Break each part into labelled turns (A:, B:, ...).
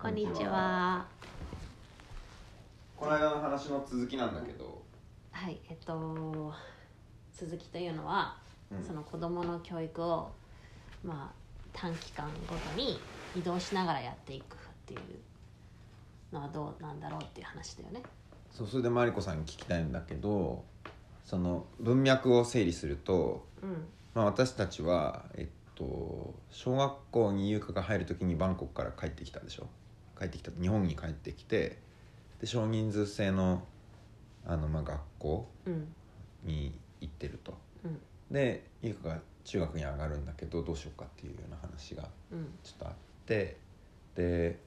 A: こんにちは。
B: この間の話の続きなんだけど、
A: はい、えっと鈴木というのは、
B: うん
A: その子どもの教育をまあ短期間ごとに移動しながらやっていくっていうのはどうなんだろうっていう話だよね。
B: そうそれでマリコさんに聞きたいんだけどその文脈を整理すると、
A: うん、
B: まあ、私たちはえっと小学校に優香が入る時にバンコクから帰ってきたでしょ帰ってきた日本に帰ってきてで少人数制のあの、まあ、学校
A: うん、
B: に行ってると
A: うん、
B: で優香が中学に上がるんだけどどうしようかっていうような話が
A: うん、
B: ちょっとあってで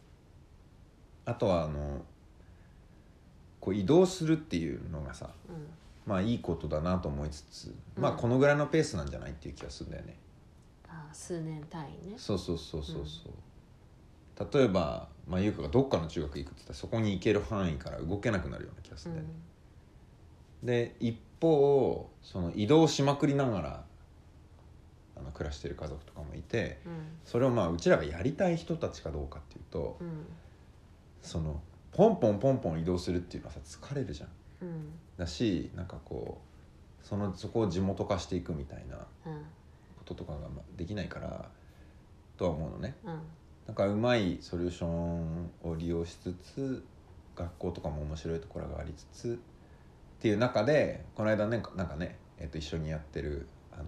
B: あとはあのこう移動するっていうのがさ
A: うん。
B: まあいいことだなと思いつつ、
A: うん
B: まあこのぐらいのペースなんじゃないっていう気がするんだよね。
A: あー、数年単位ね。
B: そうそうそうそうそう、例えば、まあ、優香がどっかの中学行くって言ったらそこに行ける範囲から動けなくなるような気がす
A: う
B: るんだよ
A: ん、
B: ね。で一方その移動しまくりながらあの暮らしてる家族とかもいて
A: うん、
B: それをまあうちらがやりたい人たちかどうかっていうと、
A: うん、
B: そのポンポンポンポン移動するっていうのはさ疲れるじゃん
A: うん、
B: だしなんかこうそのそこを地元化していくみたいな
A: うん、
B: こととかがまあできないからとは思うのね
A: うん、
B: なんかうまいソリューションを利用しつつ学校とかも面白いところがありつつっていう中でこの間ねなんかね、えっと一緒にやってるあの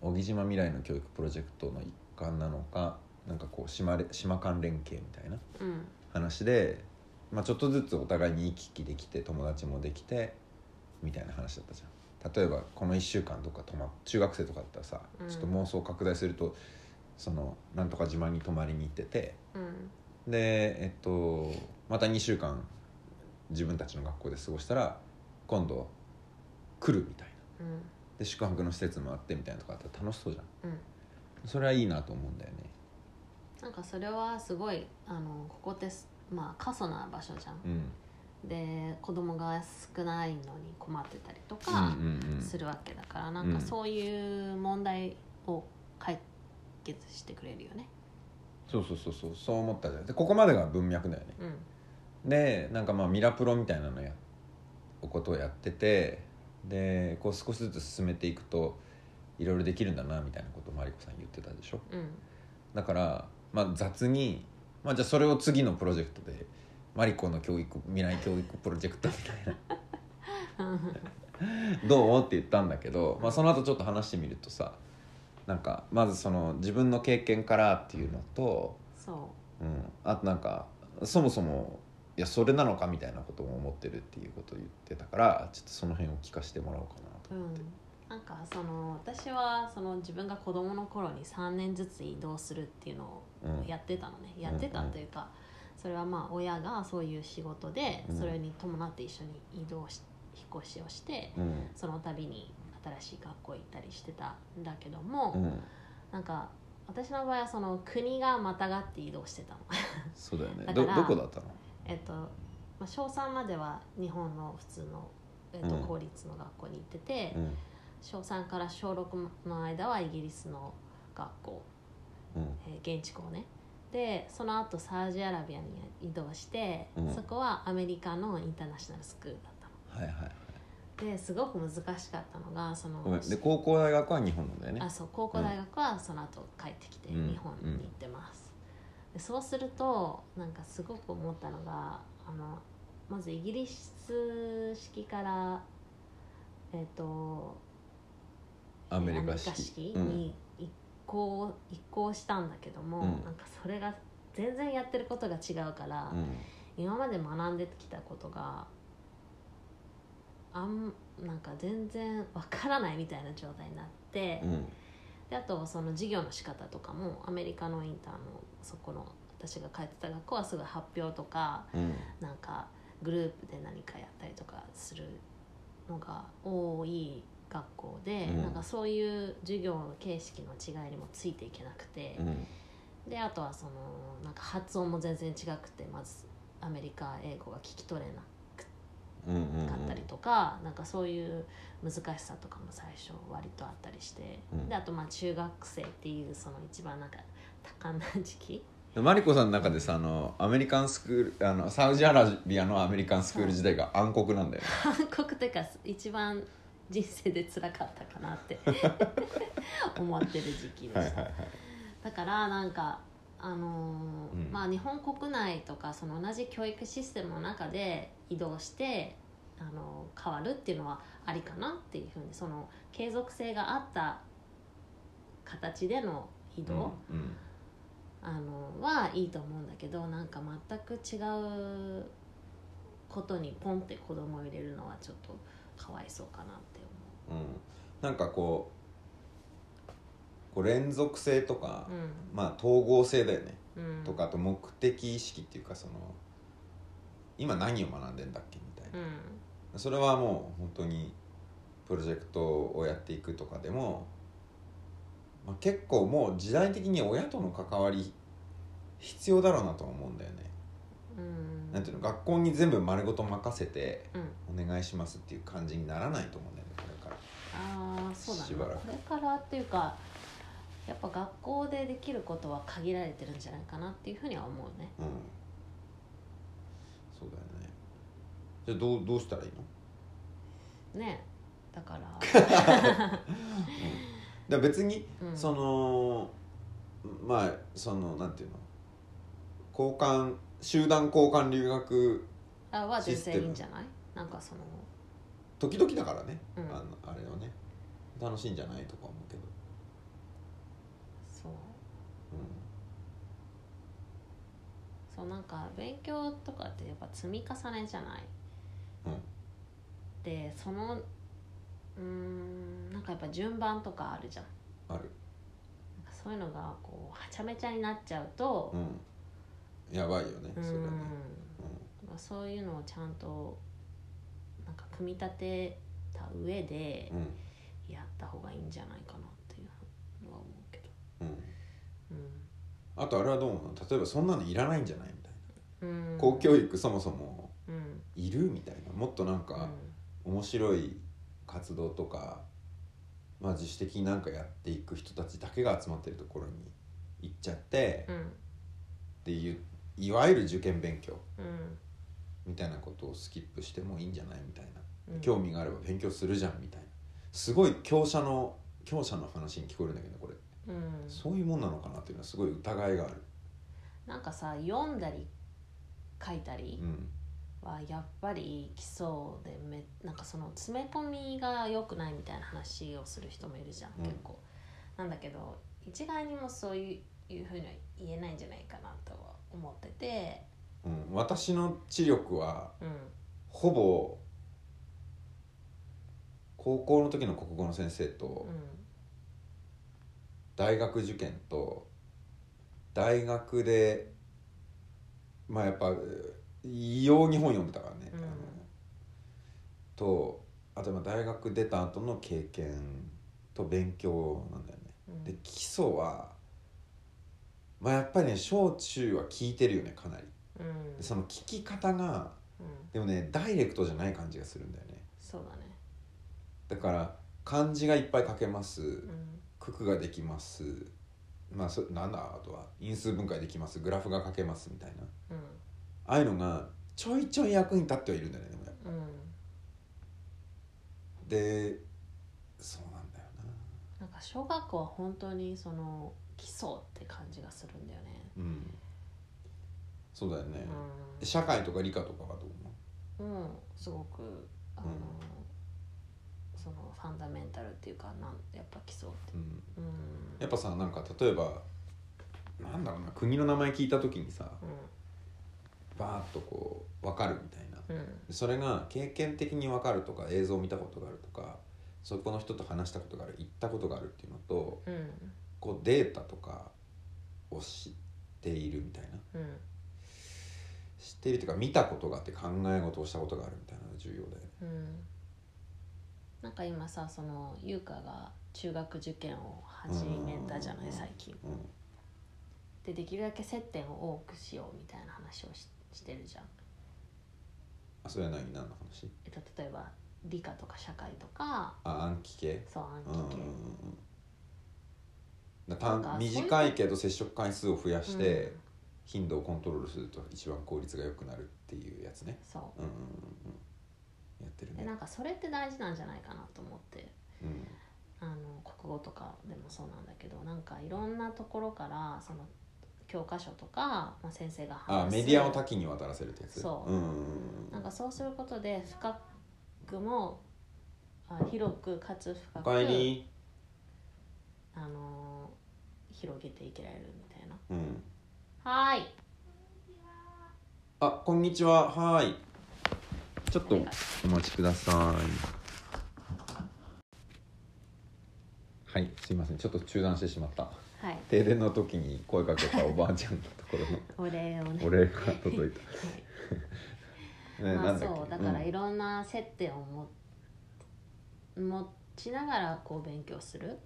B: 小木島未来の教育プロジェクトの一環なのかなんかこう島れ島間連携みたいな
A: うん、
B: 話で、まあ、ちょっとずつお互いに行き来できて友達もできてみたいな話だったじゃん例えばこの1週間とか泊ま中学生とかだったらさ、
A: うん
B: ちょっと妄想拡大するとそのなんとか島に泊まりに行ってて
A: うん、
B: でえっとまた2週間自分たちの学校で過ごしたら今度来るみたいな
A: うん、
B: で宿泊の施設もあってみたいなとかあったら楽しそうじゃん
A: うん。
B: それはいいなと思うんだよね
A: なんかそれはすごいあのここってすまあ過疎な場所じゃん
B: う、ん
A: で子供が少ないのに困ってたりと
B: うん
A: か
B: うんうん
A: するわけだから、なんかそういう問題を解決してくれるよね
B: そうそうそうそうそう思ったじゃんでここまでが文脈だよね
A: うん
B: でなんかまあミラプロみたいなのやおことをやっててでこう少しずつ進めていくといろいろできるんだなみたいなことをマリコさん言ってたでしょ
A: うん
B: だから、まあ、雑に、まあ、じゃあそれを次のプロジェクトでマリコの教育未来教育プロジェクトみたいな どうって言ったんだけど、まあ、その後ちょっと話してみるとさなんかまずその自分の経験からっていうのと
A: そ
B: うん、あとなんかそもそもいやそれなのかみたいなことも思ってるっていうことを言ってたからちょっとその辺を聞かせてもらおうかなと
A: ううんなんかその私はその自分が子供の頃に3年ずつ移動するっていうのを
B: うん
A: やってたのね、やってたというか、それはまあ親がそういう仕事で
B: うん
A: それに伴って一緒に移動し引っ越しをして、
B: うん
A: その度に新しい学校行ったりしてたんだけども、
B: うん
A: なんか私の場合はその国がまたがって移動してたの
B: そうだよ
A: だ
B: ね
A: か
B: ど
A: ら
B: どこだったの
A: えっと、まあ、小3までは日本の普通の、えっと
B: うん
A: 公立の学校に行ってて、
B: うん
A: 小3から小6の間はイギリスの学校、
B: うん
A: えー現地校ねでその後サウジアラビアに移動して、
B: うん
A: そこはアメリカのインターナショナルスクールだった
B: はいはい
A: のですごく難しかったのがその
B: ごめんで高校大学は日本なんだよね
A: あそう高校大学はその後帰ってきて
B: うん
A: 日本に行ってます、でそうするとなんかすごく思ったのがあのまずイギリス式からえっ、と
B: アメリカ式うん
A: に移行,、移行したんだけども、
B: うん
A: なんかそれが全然やってることが違うから、
B: うん
A: 今まで学んできたことがあんなんか全然わからないみたいな状態になって、
B: うん
A: であとその授業の仕方とかもアメリカのインターのそこの私が通ってた学校はすごい発表とか
B: うん
A: なんかグループで何かやったりとかするのが多い学校で、
B: うん
A: なんかそういう授業の形式の違いにもついていけなくて、
B: うん
A: であとはそのなんか発音も全然違くてまずアメリカ英語が聞き取れな
B: うんうんうん
A: かったりとか、なんかそういう難しさとかも最初割とあったりして、
B: うん
A: であとまあ中学生っていうその一番なんか多感な時期
B: でマリコさんの中でさあのアメリカンスクールあのサウジアラビアのアメリカンスクール時代が暗黒なんだよね
A: 韓国というか一番人生で辛かったかなって 思ってる時期でした、
B: はいはいはい
A: だからなんかあのー
B: うん
A: まあ日本国内とかその同じ教育システムの中で移動して、あのー変わるっていうのはありかなっていうふうにその継続性があった形での移動、
B: うんうん
A: あのはいいと思うんだけどなんか全く違うことにポンって子供を入れるのはちょっとかわいそうかなって
B: うん、なんかこうこう連続性とか、
A: 思
B: まあ統合性だよね、
A: う、うんうん、
B: とかあと目的意識っていうかその今何を学んでんだっけみたいな
A: う、ん
B: それはもう本当にプロジェクトをやっていくとかでも、まあ、結構もう時代的に親との関わり必要だろうなとは思うんだよね。
A: うん
B: なんていうの学校に全部丸ごと任せて
A: うん
B: お願いしますっていう感じにならないと思うんだよねこれから。
A: ああそうだ
B: しば
A: な
B: ら
A: こ
B: く
A: れからっていうかやっぱ学校でできることは限られてるんじゃないかなっていうふうには思うね
B: うんそうだよねじゃあどうどうしたらいいの
A: ねだから
B: だから別に、
A: うん
B: そのまあそのなんていうの交換集団交換留学
A: あは全
B: システ
A: 然
B: ム
A: いいんじゃないなんかその
B: 時々だからね、
A: うん
B: あのあれはね楽しいんじゃないとか思うけど、
A: そう
B: う
A: そうなんか勉強とかってやっぱ積み重ねじゃない
B: んうん、
A: でそのうーんなんかやっぱ順番とかあるじゃん
B: ある、
A: なんかそういうのがこうはちゃめちゃになっちゃうと
B: うん、やばいよね
A: う
B: そ
A: ん
B: れはね、
A: まあそういうのをちゃんとなんか組み立てた上で
B: うん
A: やった方がいいんじゃないかなっていうのは思うけど
B: うんうん、
A: う
B: あとあれはどう思うの例えばそんなのいらないんじゃないみたい
A: ん、うん、
B: な公教育そもそも
A: うん、
B: いるみたいなもっとなん
A: う
B: か、
A: ん
B: 面白い活動とか、まあ、自主的になんかやっていく人たちだけが集まってるところに行っちゃって、
A: うん
B: っていういわゆる受験勉強
A: うん
B: みたいなことをスキップしてもいいんじゃないみたいな、
A: うん
B: 興味があれば勉強するじゃんみたいなすごい強者の強者の話に聞こえるんだけどこれ、
A: うん
B: そういうもんなのかなっていうのはすごい疑いがある。
A: なんかさ読んだり書いたり
B: うん
A: はやっぱり来そうでめなんかその詰め込みが良くないみたいな話をする人もいるじゃん、
B: うん
A: 結構なんだけど一概にもそういういうふうには言えないんじゃないかなとは思ってて
B: うん、私の知力は
A: うん
B: ほぼ高校の時の国語の先生と、
A: うん
B: 大学受験と大学でまあやっぱ異様に本読んでたからね、
A: うん
B: あのとあとまあ大学出た後の経験と勉強なんだよね、
A: うん
B: で基礎はまあやっぱりね小中は聞いてるよねかなり
A: うん
B: でその聞き方が
A: うん
B: でもねダイレクトじゃない感じがするんだよね
A: そうだね
B: だから漢字がいっぱい書けます、
A: うん
B: 九九ができますまあそなんだあとは因数分解できますグラフが書けますみたいな
A: うん
B: ああいうのがちょいちょい役に立ってはいるんだよねでもやっぱ
A: うん
B: でそうなんだよな
A: なんか小学校は本当にその基礎って感じがするんだよね
B: うんそうだよね、
A: うん
B: 社会とか理科とかはどう思
A: うん、すごくあの、
B: うん
A: そのファンダメンタルっていうかなんやっぱ基礎って
B: う、うん、
A: うん
B: やっぱさなんか例えばなんだろうな国の名前聞いた時にさバーッとこう分かるみたいな
A: うん
B: でそれが経験的に分かるとか映像を見たことがあるとかそこの人と話したことがある行ったことがあるっていうのと
A: うん
B: こうデータとかを知っているみたいな
A: うん
B: 知っているというか見たことがあって考え事をしたことがあるみたいなのが重要だよね。
A: うんうんなんか今さその優香が中学受験を始めたじゃない最近
B: うん
A: でできるだけ接点を多くしようみたいな話をししてるじゃん
B: あそれは何何の話
A: えっと例えば理科とか社会とか
B: あ暗記系
A: そう暗
B: うんうんうん
A: 記系
B: うんだ単
A: なんかそういう
B: 短いけど接触回数を増やして、
A: う
B: 頻度をコントロールすると一番効率が良くなるっていうやつね
A: そ
B: うんうんうんうんやってる
A: うで
B: ね
A: なんかそれって大事なんじゃないかなと思って
B: うん
A: あの国語とかでもそうなんだけどなんかいろんなところからその教科書とか、まあ、先生が
B: あ
A: 話す
B: メディアを多岐にわたらせるってやつ
A: そう
B: うんうんうん
A: なんかそうすることで深くもあ広くかつ深
B: お
A: く
B: かえり
A: あのー広げていけられるみたいな
B: うん
A: はーい
B: あこんにちははーいちょっとお待ちくださいはいすいませんちょっと中断してしまった
A: はい
B: 停電の時に声かけたおばあちゃんのところの
A: お礼をね
B: お礼が届いたね
A: ま
B: な
A: あ
B: んだっけ
A: そうだから
B: うん
A: いろんな接点をも持ちながらこう勉強する、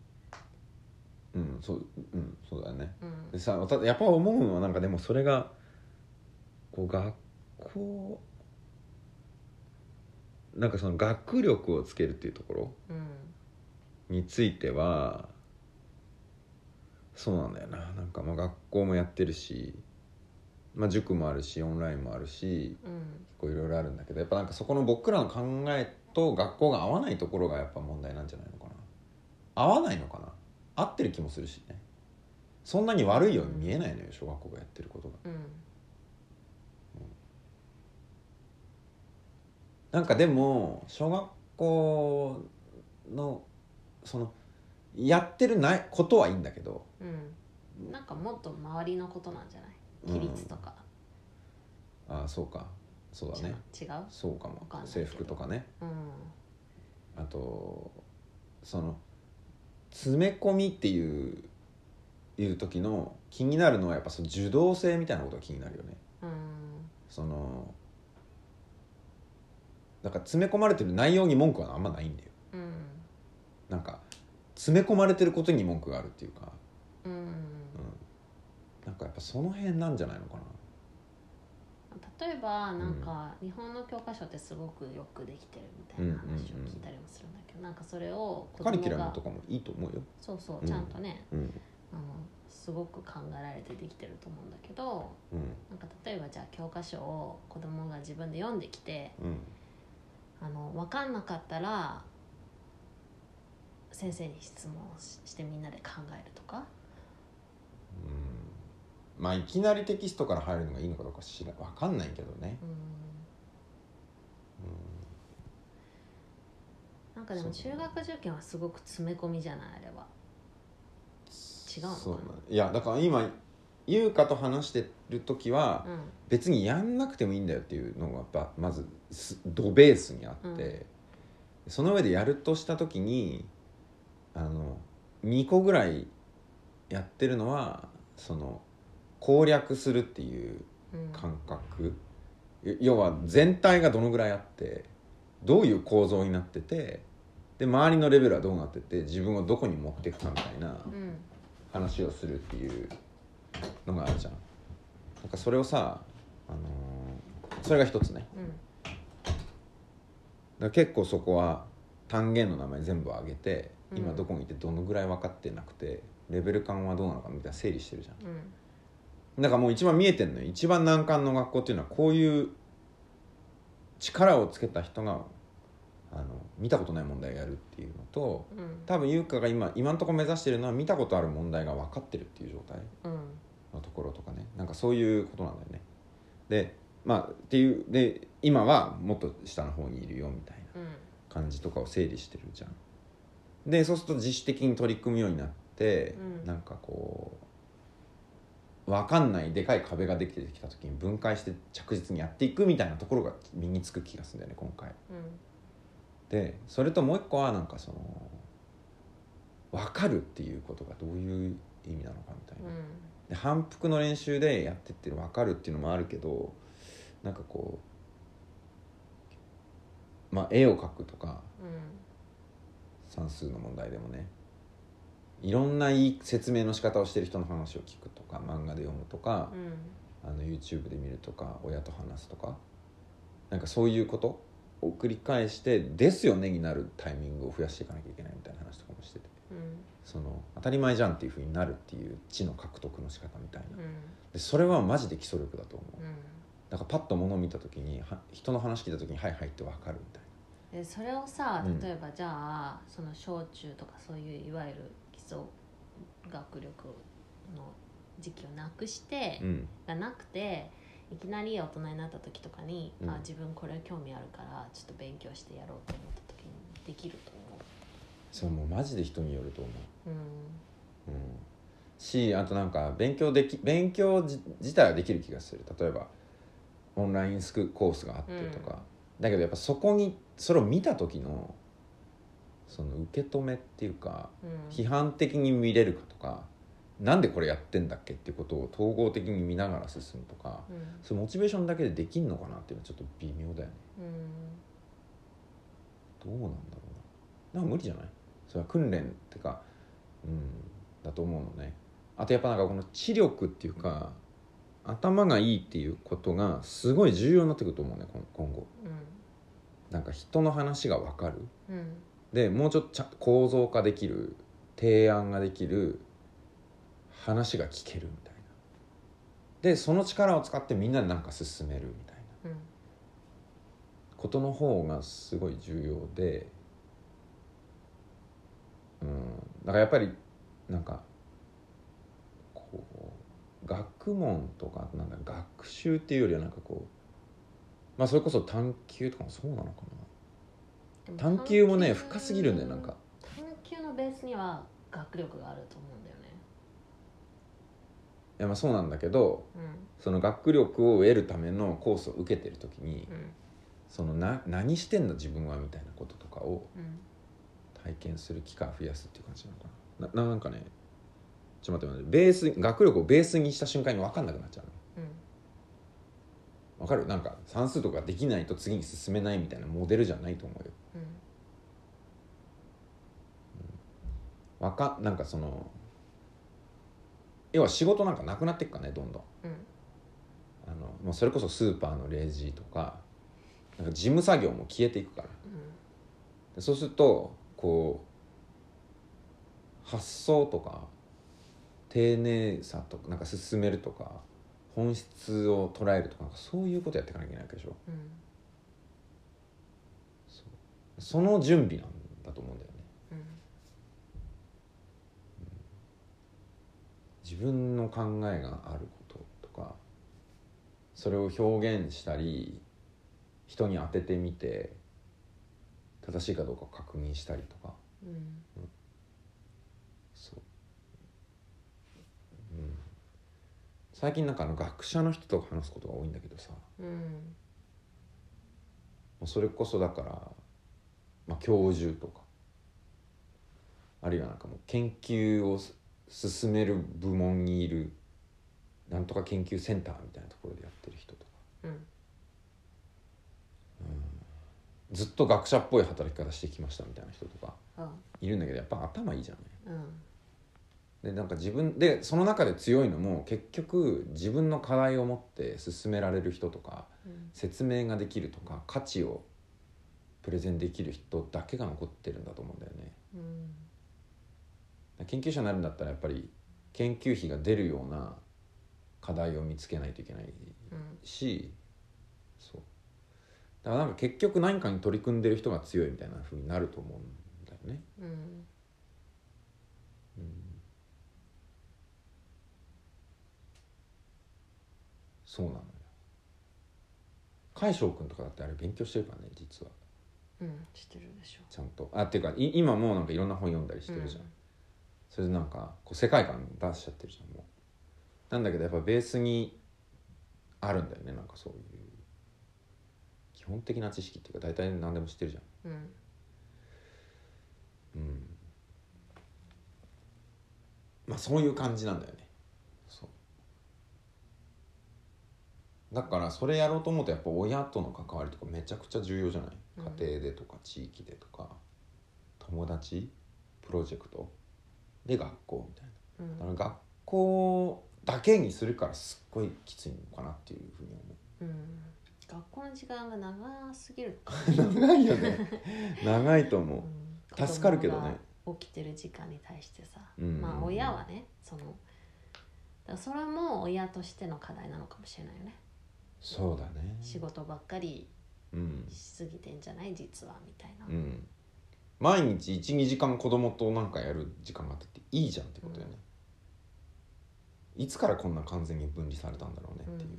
B: うんそううんそうだね
A: うん
B: で、さたやっぱ思うのはなんかでもそれがこう学校なんかその学力をつけるっていうところ
A: うん、
B: についてはそうなんだよななんかまあ学校もやってるし、まあ、塾もあるしオンラインもあるし
A: うん、
B: こういろいろあるんだけどやっぱなんかそこの僕らの考えと学校が合わないところがやっぱ問題なんじゃないのかな合わないのかな合ってる気もするしねそんなに悪いように見えないのよ小学校がやってることが
A: うん、
B: なんかでも小学校のそのやってるないことはいいんだけど
A: うん、なんかもっと周りのことなんじゃない
B: うん
A: 規律とか、
B: ああそうかそうだね
A: 違う、
B: そうかも
A: わかんないけ
B: 制
A: ど
B: 服とかね
A: うん、
B: あとその詰め込みっていういう時の気になるのはやっぱその受動性みたいなことが気になるよね
A: うん、
B: そのなんか詰め込まれてる内容に文句はあんまないんだよ
A: うん、
B: なんか詰め込まれてることに文句があるっていうか、
A: うん
B: うん、なんかやっぱその辺なんじゃないのかな
A: 例えばなんか日本の教科書ってすごくよくできてるみたいな話を聞いたりもするんだけど、なんかそれを子
B: カリキ
A: 供
B: ュラム
A: が
B: とかもいいと思うよ、
A: そうそううんちゃんとね、
B: うん
A: あのすごく考えられてできてると思うんだけど
B: うん
A: なんか例えばじゃあ教科書を子供が自分で読んできて
B: うん、
A: あの分かんなかったら先生に質問をししてみんなで考えるとか
B: うんまあいきなりテキストから入るのがいいのかどうか知らわかんないけどね、
A: うん
B: うん
A: なんかでも
B: そう
A: 中学受験はすごく詰め込みじゃないあれは違うのかな
B: そうなんいやだから今優香と話してる時は
A: うん
B: 別にやんなくてもいいんだよっていうのがやっぱまずすドベースにあって、その上でやるとした時にあの2個ぐらいやってるのはその攻略するっていう
A: うん
B: 感覚よ要は全体がどのぐらいあってどういう構造になっててで周りのレベルはどうなってて自分をどこに持っていくかみたいな
A: うん
B: 話をするっていうのがあるじゃんなんかそれをさ、あのーそれが一つね
A: うん
B: だから結構そこは単元の名前全部上げて
A: うん
B: 今どこにいてどのぐらい分かってなくてレベル感はどうなのかみたいな整理してるじゃん
A: うん
B: だからもう一番見えてんのよ一番難関の学校っていうのはこういう力をつけた人があの見たことない問題をやるっていうのと
A: うん
B: 多分優香が今今のところ目指してるのは見たことある問題が分かってるっていう状態
A: うん
B: のところとかねなんかそういうことなんだよねでまあっていうで今はもっと下の方にいるよみたいな
A: うん
B: 感じとかを整理してるじゃんでそうすると自主的に取り組むようになって、
A: うん
B: なんかこう分かんないでかい壁ができてきた時に分解して着実にやっていくみたいなところが身につく気がするんだよね今回
A: うん
B: でそれともう一個はなんかその分かるっていうことがどういう意味なのかみたいな、
A: うん
B: で反復の練習でやってって分かるっていうのもあるけどなんかこうまあ絵を描くとか
A: うん
B: 算数の問題でもねいろんないい説明の仕方をしてる人の話を聞くとか漫画で読むとか
A: う、ん
B: あの YouTube で見るとか親と話すとかなんかそういうことを繰り返して「ですよね」になるタイミングを増やしていかなきゃいけないみたいな話とかもしてて
A: うん
B: その当たり前じゃんっていうふうになるっていう知の獲得の仕方みたいな
A: うん
B: でそれはマジで基礎力だと思う
A: うん
B: だからパッと物を見た時には人の話聞いた時に「はいはい」って分かるみたい
A: でそれをさ
B: うん
A: 例えばじゃあ、その小中とかそういういわゆる基礎学力の時期をなくして、
B: なうん
A: がなくていきなり大人になった時とかに、
B: うん
A: あ自分これ興味あるからちょっと勉強してやろうと思った時にできると思
B: それもうマジで人によると思う
A: う。うん
B: うんしあとなんか勉強でき勉強じ自体はできる気がする例えばオンラインスクコースがあってとか、だけどやっぱそこにそれを見た時のその受け止めっていうか
A: うん
B: 批判的に見れるかとかなんでこれやってんだっけっていうことを統合的に見ながら進むとか
A: うん
B: そのモチベーションだけでできんのかなっていうのはちょっと微妙だよね
A: うん
B: どうなんだろうななんか無理じゃないそれは訓練ってかうんだと思うのねあとやっぱなんかこの知力っていうか頭がいいっていうことがすごい重要になってくると思うね今今後なんか人の話が分かる
A: うんうん
B: でもうちょっとちゃん構造化できる提案ができる話が聞けるみたいなでその力を使ってみんなでなんか進めるみたいな
A: うん
B: ことの方がすごい重要で、うん、だからやっぱりなんかこう学問とかなんだ学習っていうよりはなんかこうまあそれこそ探究とかもそうなのか
A: でも
B: な探究もね深すぎるんだよなんか
A: 探究のベースには学力があると思うんだよね
B: いやまあそうなんだけど
A: うん
B: その学力を得るためのコースを受けてる時に
A: うん
B: そのな何してんだ自分はみたいなこととかを
A: うん
B: 体験する期間を増やすっていう感じなのかななななんかねちょっと待って待ってベース学力をベースにした瞬間に分かんなくなっちゃうの
A: うん
B: 分かるなんか算数とかできないと次に進めないみたいなモデルじゃないと思うよ
A: うん
B: わかなんかその要は仕事なんかなくなっていくからねどんどん
A: うん
B: あのもうそれこそスーパーのレジとかなんか事務作業も消えていくから
A: うん
B: でそうするとこう発想とか丁寧さとかなんか進めるとか本質を捉えるとかなんかそういうことやっていかなきゃいけないわけでしょ
A: うん
B: その準備なんだと思うんだよね
A: うん
B: 自分の考えがあることとかそれを表現したり人に当ててみて正しいかどうかを確認したりとか
A: うん
B: そう、うん、最近なんかあの学者の人と話すことが多いんだけどさも
A: うん
B: うそれこそだから、まあ、教授とかあるいはなんかもう研究をす進める部門にいるなんとか研究センターみたいなところでやってる人とか
A: うん
B: ずっと学者っぽい働き方してきましたみたいな人とか
A: あ
B: いるんだけどやっぱ頭いいじゃない
A: うん
B: でなんか自分でその中で強いのも結局自分の課題を持って進められる人とか
A: うん
B: 説明ができるとか価値をプレゼンできる人だけが残ってるんだと思うんだよね
A: うん
B: 研究者になるんだったらやっぱり研究費が出るような課題を見つけないといけない
A: うん
B: しそうだからなんか結局何かに取り組んでる人が強いみたいな風になると思うんだよね
A: うん
B: そうなのよ海翔君とかだってあれ勉強してるからね実は
A: うんしてるでしょ
B: ちゃんとあっていうかい今もうなんかいろんな本読んだりしてるじゃん、
A: うん
B: それでなんかこう世界観出しちゃってるじゃんもうなんだけどやっぱベースにあるんだよねなんかそういう基本的な知識っていうか大体何でも知ってるじゃん
A: うん
B: うんまあそういう感じなんだよねそうだからそれやろうと思うとやっぱ親との関わりとかめちゃくちゃ重要じゃない
A: うん
B: 家庭でとか地域でとか、友達プロジェクトで学校みたいな
A: うん
B: だから学校だけにするからすっごいきついのかなっていうふうに思う
A: うん学校の時間が長すぎる
B: 長いよね長いと思う
A: うん
B: 助かるけどね
A: 子供が起きてる時間に対してさ、
B: うん
A: まあ親はねそのだからそれも親としての課題なのかもしれないよね
B: そうだね
A: 仕事ばっかり
B: うん
A: しすぎてんじゃない実はみたいな、
B: うん毎日12時間子供となんかやる時間があったっていいじゃんってことよね、いつからこんな完全に分離されたんだろうね
A: う
B: っていうん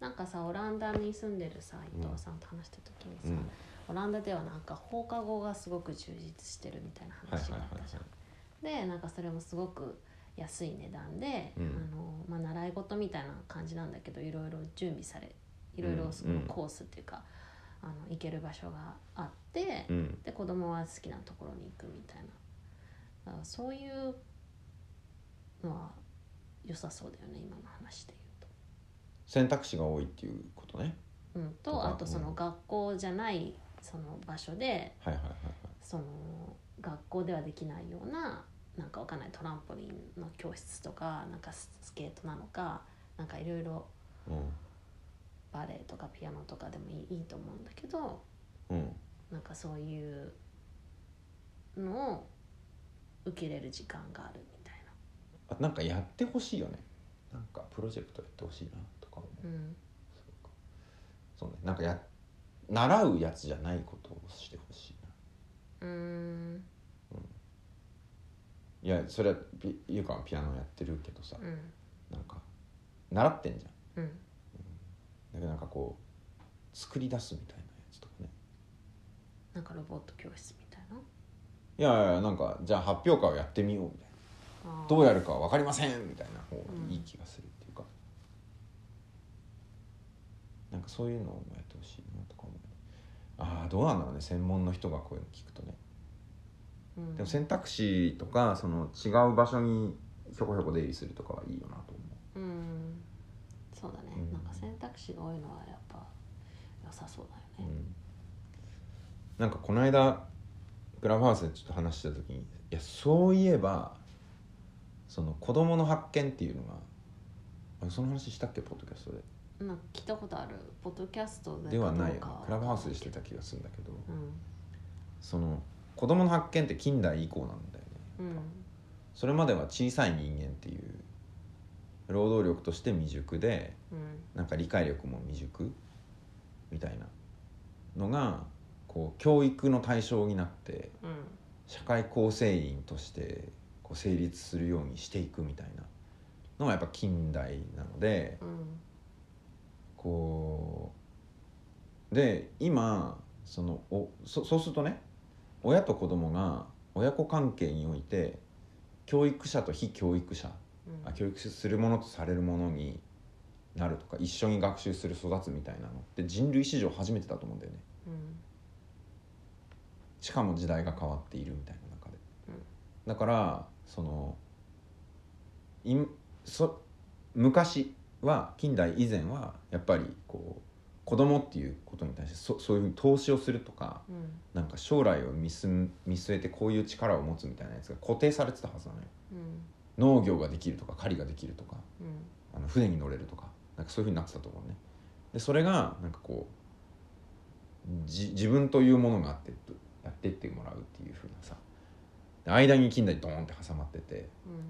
A: なんかさオランダに住んでるさ伊藤さんと話した時にさ、
B: うん
A: オランダではなんか放課後がすごく充実してるみたいな
B: はい
A: 話
B: は
A: が
B: い
A: あ
B: は
A: ったじゃん。
B: い
A: でなんかそれもすごく安い値段で、
B: うん
A: あのまあ、習い事みたいな感じなんだけどいろいろ準備されいろいろそ
B: うん
A: の
B: うん
A: コースっていうか、あの行ける場所があって、
B: はいうん
A: で子供は好きなところに行くみたいなだからそういうのは良さそうだよね今の話で言うと。
B: 選択肢が多いっていうことね
A: うん、
B: と
A: と
B: か
A: あとそうの
B: ん
A: 学校じゃないその場所で
B: はいはいはい
A: その学校ではできないようななんかわかんないトランポリンの教室とかなんかススケートなのかなんかいろいろ
B: はい
A: バレエとかピアノとかでもいいいいと思うんだけど
B: うんうん
A: なんかそういうのを受けれる時間があるみたい
B: あなんかやってほしいよねなんかプロジェクトやってほしいなとか思う
A: な、うん、
B: そうかそうねなんかや習うやつじゃないことをしてほしいな
A: うーん
B: いやそれはピゆうかはピアノやってるけどさ、
A: うん
B: なんか習ってんじゃん
A: うん
B: だけどなんかこう作り出すみたいなやつとかね
A: なんかロボット教室みたいない
B: やいやなんかじゃあ発表会をやってみようみたい
A: あ
B: な
A: ー
B: どうやるかは分かりませんみたいな方が
A: うん
B: いい気がするっていうか、なんかそういうのをやってほしいなとか思うああどうなんだろうね専門の人がこういうの聞くとね
A: うん
B: でも選択肢とかその違う場所にひょこひょこ出入りするとかはいいよなと思
A: うんそうだね、
B: うん
A: なんか選択肢が多いのはやっぱ良さそうだ
B: う、
A: よ
B: う
A: ね、
B: ん、なんかこの間クラブハウスでちょっと話した時にいやそういえばその子供の発見っていうのがあその話したっけポッドキャストで
A: なんか聞いたことあるポッドキャスト
B: で
A: か
B: は
A: どうか
B: ないよねクラブハウスでしてた気がするんだけど
A: うん
B: その子供の発見って近代以降なんだよね
A: うん
B: それまでは小さい人間っていう労働力として未熟で
A: うん
B: なんか理解力も未熟みたいなのがこう教育の対象になって
A: うん
B: 社会構成員としてこう成立するようにしていくみたいなのがやっぱ近代なので
A: うん
B: こうで今そのおそそうするとね親と子供が親子関係において教育者と非教育者
A: うん
B: あ教育するものとされるものになるとか一緒に学習する育つみたいなのって人類史上初めてだと思うんだよね
A: うん
B: しかも時代が変わっているみたいな中で、
A: うん
B: だからそのいそ昔は近代以前はやっぱりこう子供っていうことに対してそそういうふうに投資をするとか
A: うん
B: なんか将来を見す見据えてこういう力を持つみたいなやつが固定されてたはずなのよ
A: うん
B: 農業ができるとか狩りができるとか
A: うん
B: あの船に乗れるとかなんかそういうふうになってたと思うねでそれがなんかこうじ自分というものがあってとやっていってもらうっていうふうなさで間に近代ドーンって挟まってて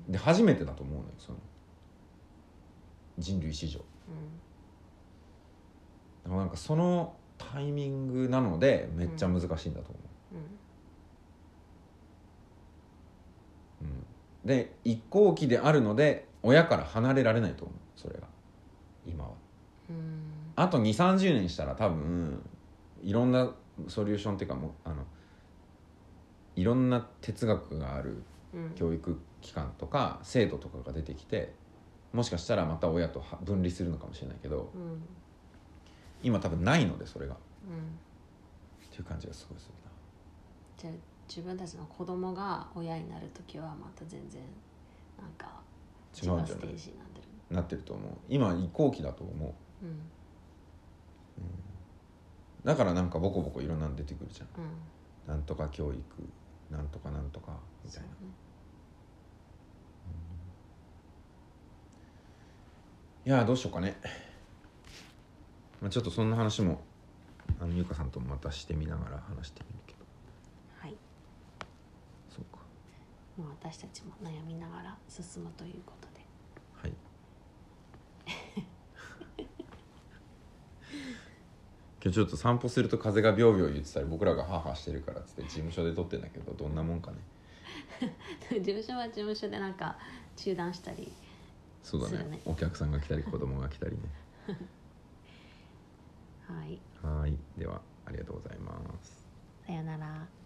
A: うん
B: で初めてだと思うのよその人類史上だからなんかそのタイミングなのでめっちゃ難しいんだと思
A: うん
B: う、うん、で移行期であるので親から離れられないと思うそれが今は
A: うん
B: あと2 3 0年したら多分いろんなソリューションっていうかもうあのいろんな哲学がある
A: うん
B: 教育機関とか制度とかが出てきてもしかしたらまた親とは分離するのかもしれないけど
A: うん
B: 今多分ないのでそれがっ
A: うん
B: ていう感じがすごいするな
A: じゃあ自分たちの子供が親になる時はまた全然なんか
B: 違うんじゃ
A: ステ
B: ない
A: ージになってる
B: なってると思う今移行期だと思
A: うん
B: うだからなんかボコボコいろんなの出てくるじゃん
A: うん
B: なんとか教育なんとかなんとかみた
A: そ
B: いうな
A: ね
B: いやーどうしようかね、まあ、ちょっとそんな話もあの優香さんともまたしてみながら話してみるけど
A: はい
B: そうか
A: まあ、私たちも悩みながら進むということで
B: はい 今日ちょっと散歩すると風がビョービョー言ってたり僕らがハーハーしてるからっつって事務所で撮ってんだけどどんなもんかね
A: 事務所は事務所でなんか中断したり
B: そうだ
A: そ
B: ね
A: うだね
B: お客さんが来たり子供が来たりね
A: はい
B: はーいではありがとうございます
A: さよなら。